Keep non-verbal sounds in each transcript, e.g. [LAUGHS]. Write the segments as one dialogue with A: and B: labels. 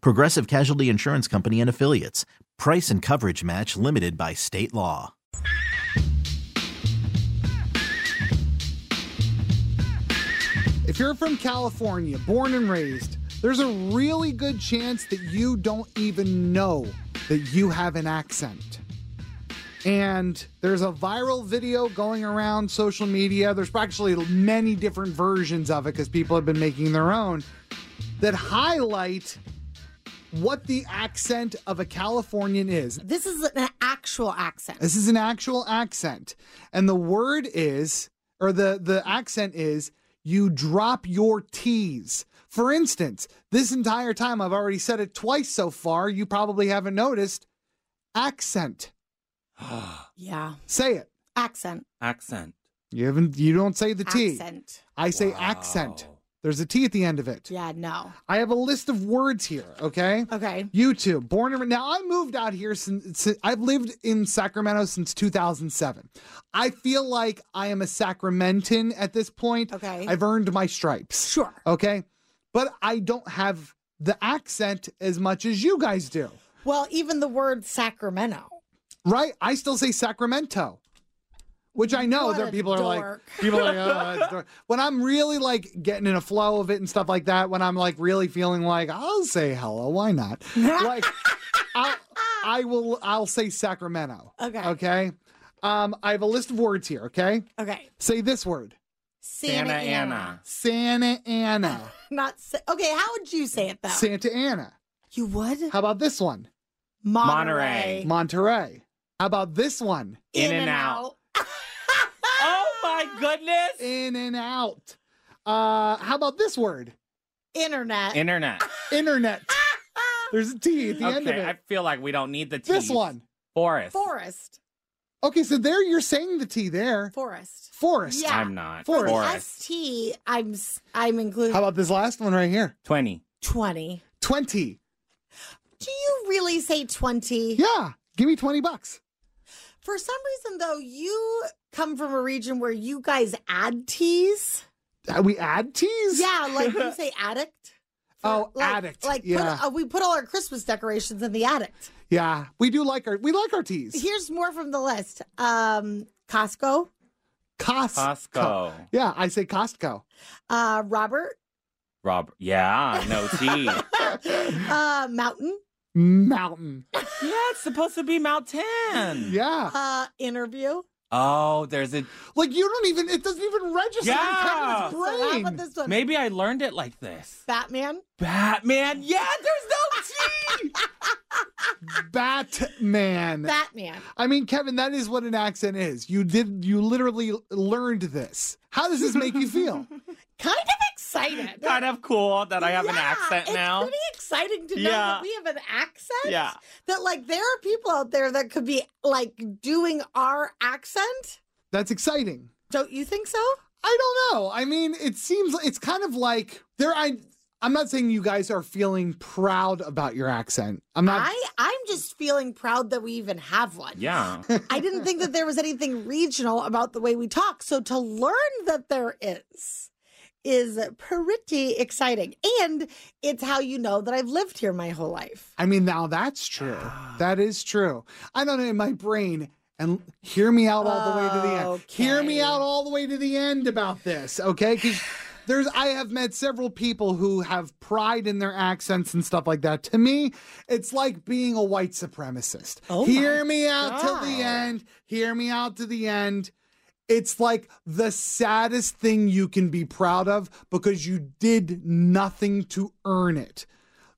A: Progressive Casualty Insurance Company and Affiliates. Price and coverage match limited by state law.
B: If you're from California, born and raised, there's a really good chance that you don't even know that you have an accent. And there's a viral video going around social media. There's actually many different versions of it because people have been making their own that highlight what the accent of a Californian is.
C: This is an actual accent.
B: This is an actual accent. And the word is, or the, the accent is, you drop your T's. For instance, this entire time, I've already said it twice so far. You probably haven't noticed. Accent.
C: yeah.
B: Say it.
C: Accent.
D: Accent.
B: You haven't. You don't say the T.
C: Accent.
B: I say accent. There's a T at the end of it.
C: Yeah, no.
B: I have a list of words here. Okay.
C: Okay.
B: YouTube, born and now I moved out here since, since I've lived in Sacramento since 2007. I feel like I am a Sacramentan at this point.
C: Okay.
B: I've earned my stripes.
C: Sure.
B: Okay. But I don't have the accent as much as you guys do,
C: Well, even the word Sacramento.
B: right? I still say Sacramento, which I know
C: What
B: that
C: a
B: people are like,
C: dork.
B: people
C: [LAUGHS]
B: are like, oh, that's dork." when I'm really like getting in a flow of it and stuff like that, when I'm like really feeling like, I'll say hello, why
C: [LAUGHS]
B: not? like, I'll, I will, I'll say Sacramento.
C: Okay.
B: Okay. Um, I have a list of words here. Okay.
C: Okay.
B: Say this word
C: Santa, Ana.
B: Santa
C: Ah,
B: Ana.
C: Not sa- Okay, how would you say it though?
B: Santa Ana.
C: you would?
B: How about this one?
C: Monterey.
B: Monterey. How about this one?
D: In and out. Oh my goodness!
B: In and out. Uh, how about this word?
C: Internet.
D: Internet.
B: Internet. There's a T at [LAUGHS] the end of
D: Okay,
B: it.
D: I feel like we don't need the T.
B: this one.
C: [LAUGHS]
D: Forest.
C: Forest.
B: Okay, so there you're saying the T there.
C: Forest.
B: Forest.
C: Yeah.
D: I'm not.
B: Forest.
C: ST, I'm s- I'm including
B: How about this last one right here?
D: 20.
C: 20.
B: 20.
C: Do you really say 20?
B: Yeah. Give me 20 bucks.
C: For some reason though, you come from a region where you guys
B: [LAUGHS]
C: add T's.
B: Uh, We add T's?
C: Yeah, like you say addict.
B: Oh,
C: like,
B: addict.
C: Like put-
B: yeah.
C: uh, we put all our Christmas decorations in the attic.
B: yeah. We do like our we like our T's.
C: Here's more from the list. Um, Costco,
B: Costco.
D: Costco.
B: Yeah, I say Costco.
C: uh, Robert,
D: Rob. Yeah,
B: [LAUGHS]
D: no T. yeah,
C: uh, Mountain,
B: Mountain.
D: it's supposed to be Mountain.
B: Yeah.
C: uh, Interview.
D: Oh, there's a.
B: Like you don't even it doesn't even register
D: Yeah.
B: in
C: So how
B: Kevin's
C: about
B: brain.
C: this one?
D: Maybe I learned it like this.
B: [LAUGHS]
C: Batman, [LAUGHS]
D: Batman. Yeah, there's no T.
B: Batman.
C: Batman.
B: I mean, Kevin, that is what an accent is. You did you literally learned this. How does this make you feel?
C: Kind of excited.
D: kind of cool that I have an
C: Yeah,
D: accent
C: it's
D: now.
C: pretty exciting to know
D: Yeah.
C: that we have an accent.
D: Yeah.
C: That like there are people out there that could be like doing our accent.
B: That's exciting.
C: Don't you think so?
B: I don't know. I mean, it seems it's kind of like there I I'm not saying you guys are feeling proud about your accent. I'm not
C: I I'm just feeling proud that we even have one.
B: [LAUGHS]
D: yeah.
C: I didn't think that there was anything regional about the way we talk. So to learn that there is is pretty exciting. And it's how you know that I've lived here my whole life. Ah.
B: I mean, now that's true. That is true. I don't know in my brain and hear me out all the way to the end. Hear me
C: Okay.
B: out all the way to the end about this, okay? Because There's I have met several people who have pride in their accents and stuff like that. To me, it's like being a white supremacist.
C: Oh my
B: Hear me out till
C: God.
B: the end. Hear me out to the end. It's like the saddest thing you can be proud of because you did nothing to earn it.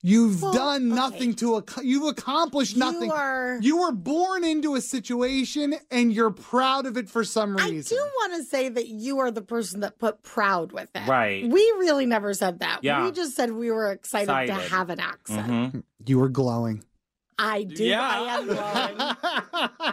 B: You've
C: Well,
B: done
C: okay.
B: nothing to ac- you've accomplished
C: You
B: nothing.
C: are-
B: You were born into a situation and you're proud of it for some
C: I
B: reason.
C: do want to say that you are the person that put proud with it.
D: Right.
C: We really never said that.
D: Yeah.
C: We just said we were excited, to
D: Excited.
C: have an accent.
D: Mhm.
B: You were glowing.
C: I do. I
D: Yeah.
C: am glowing.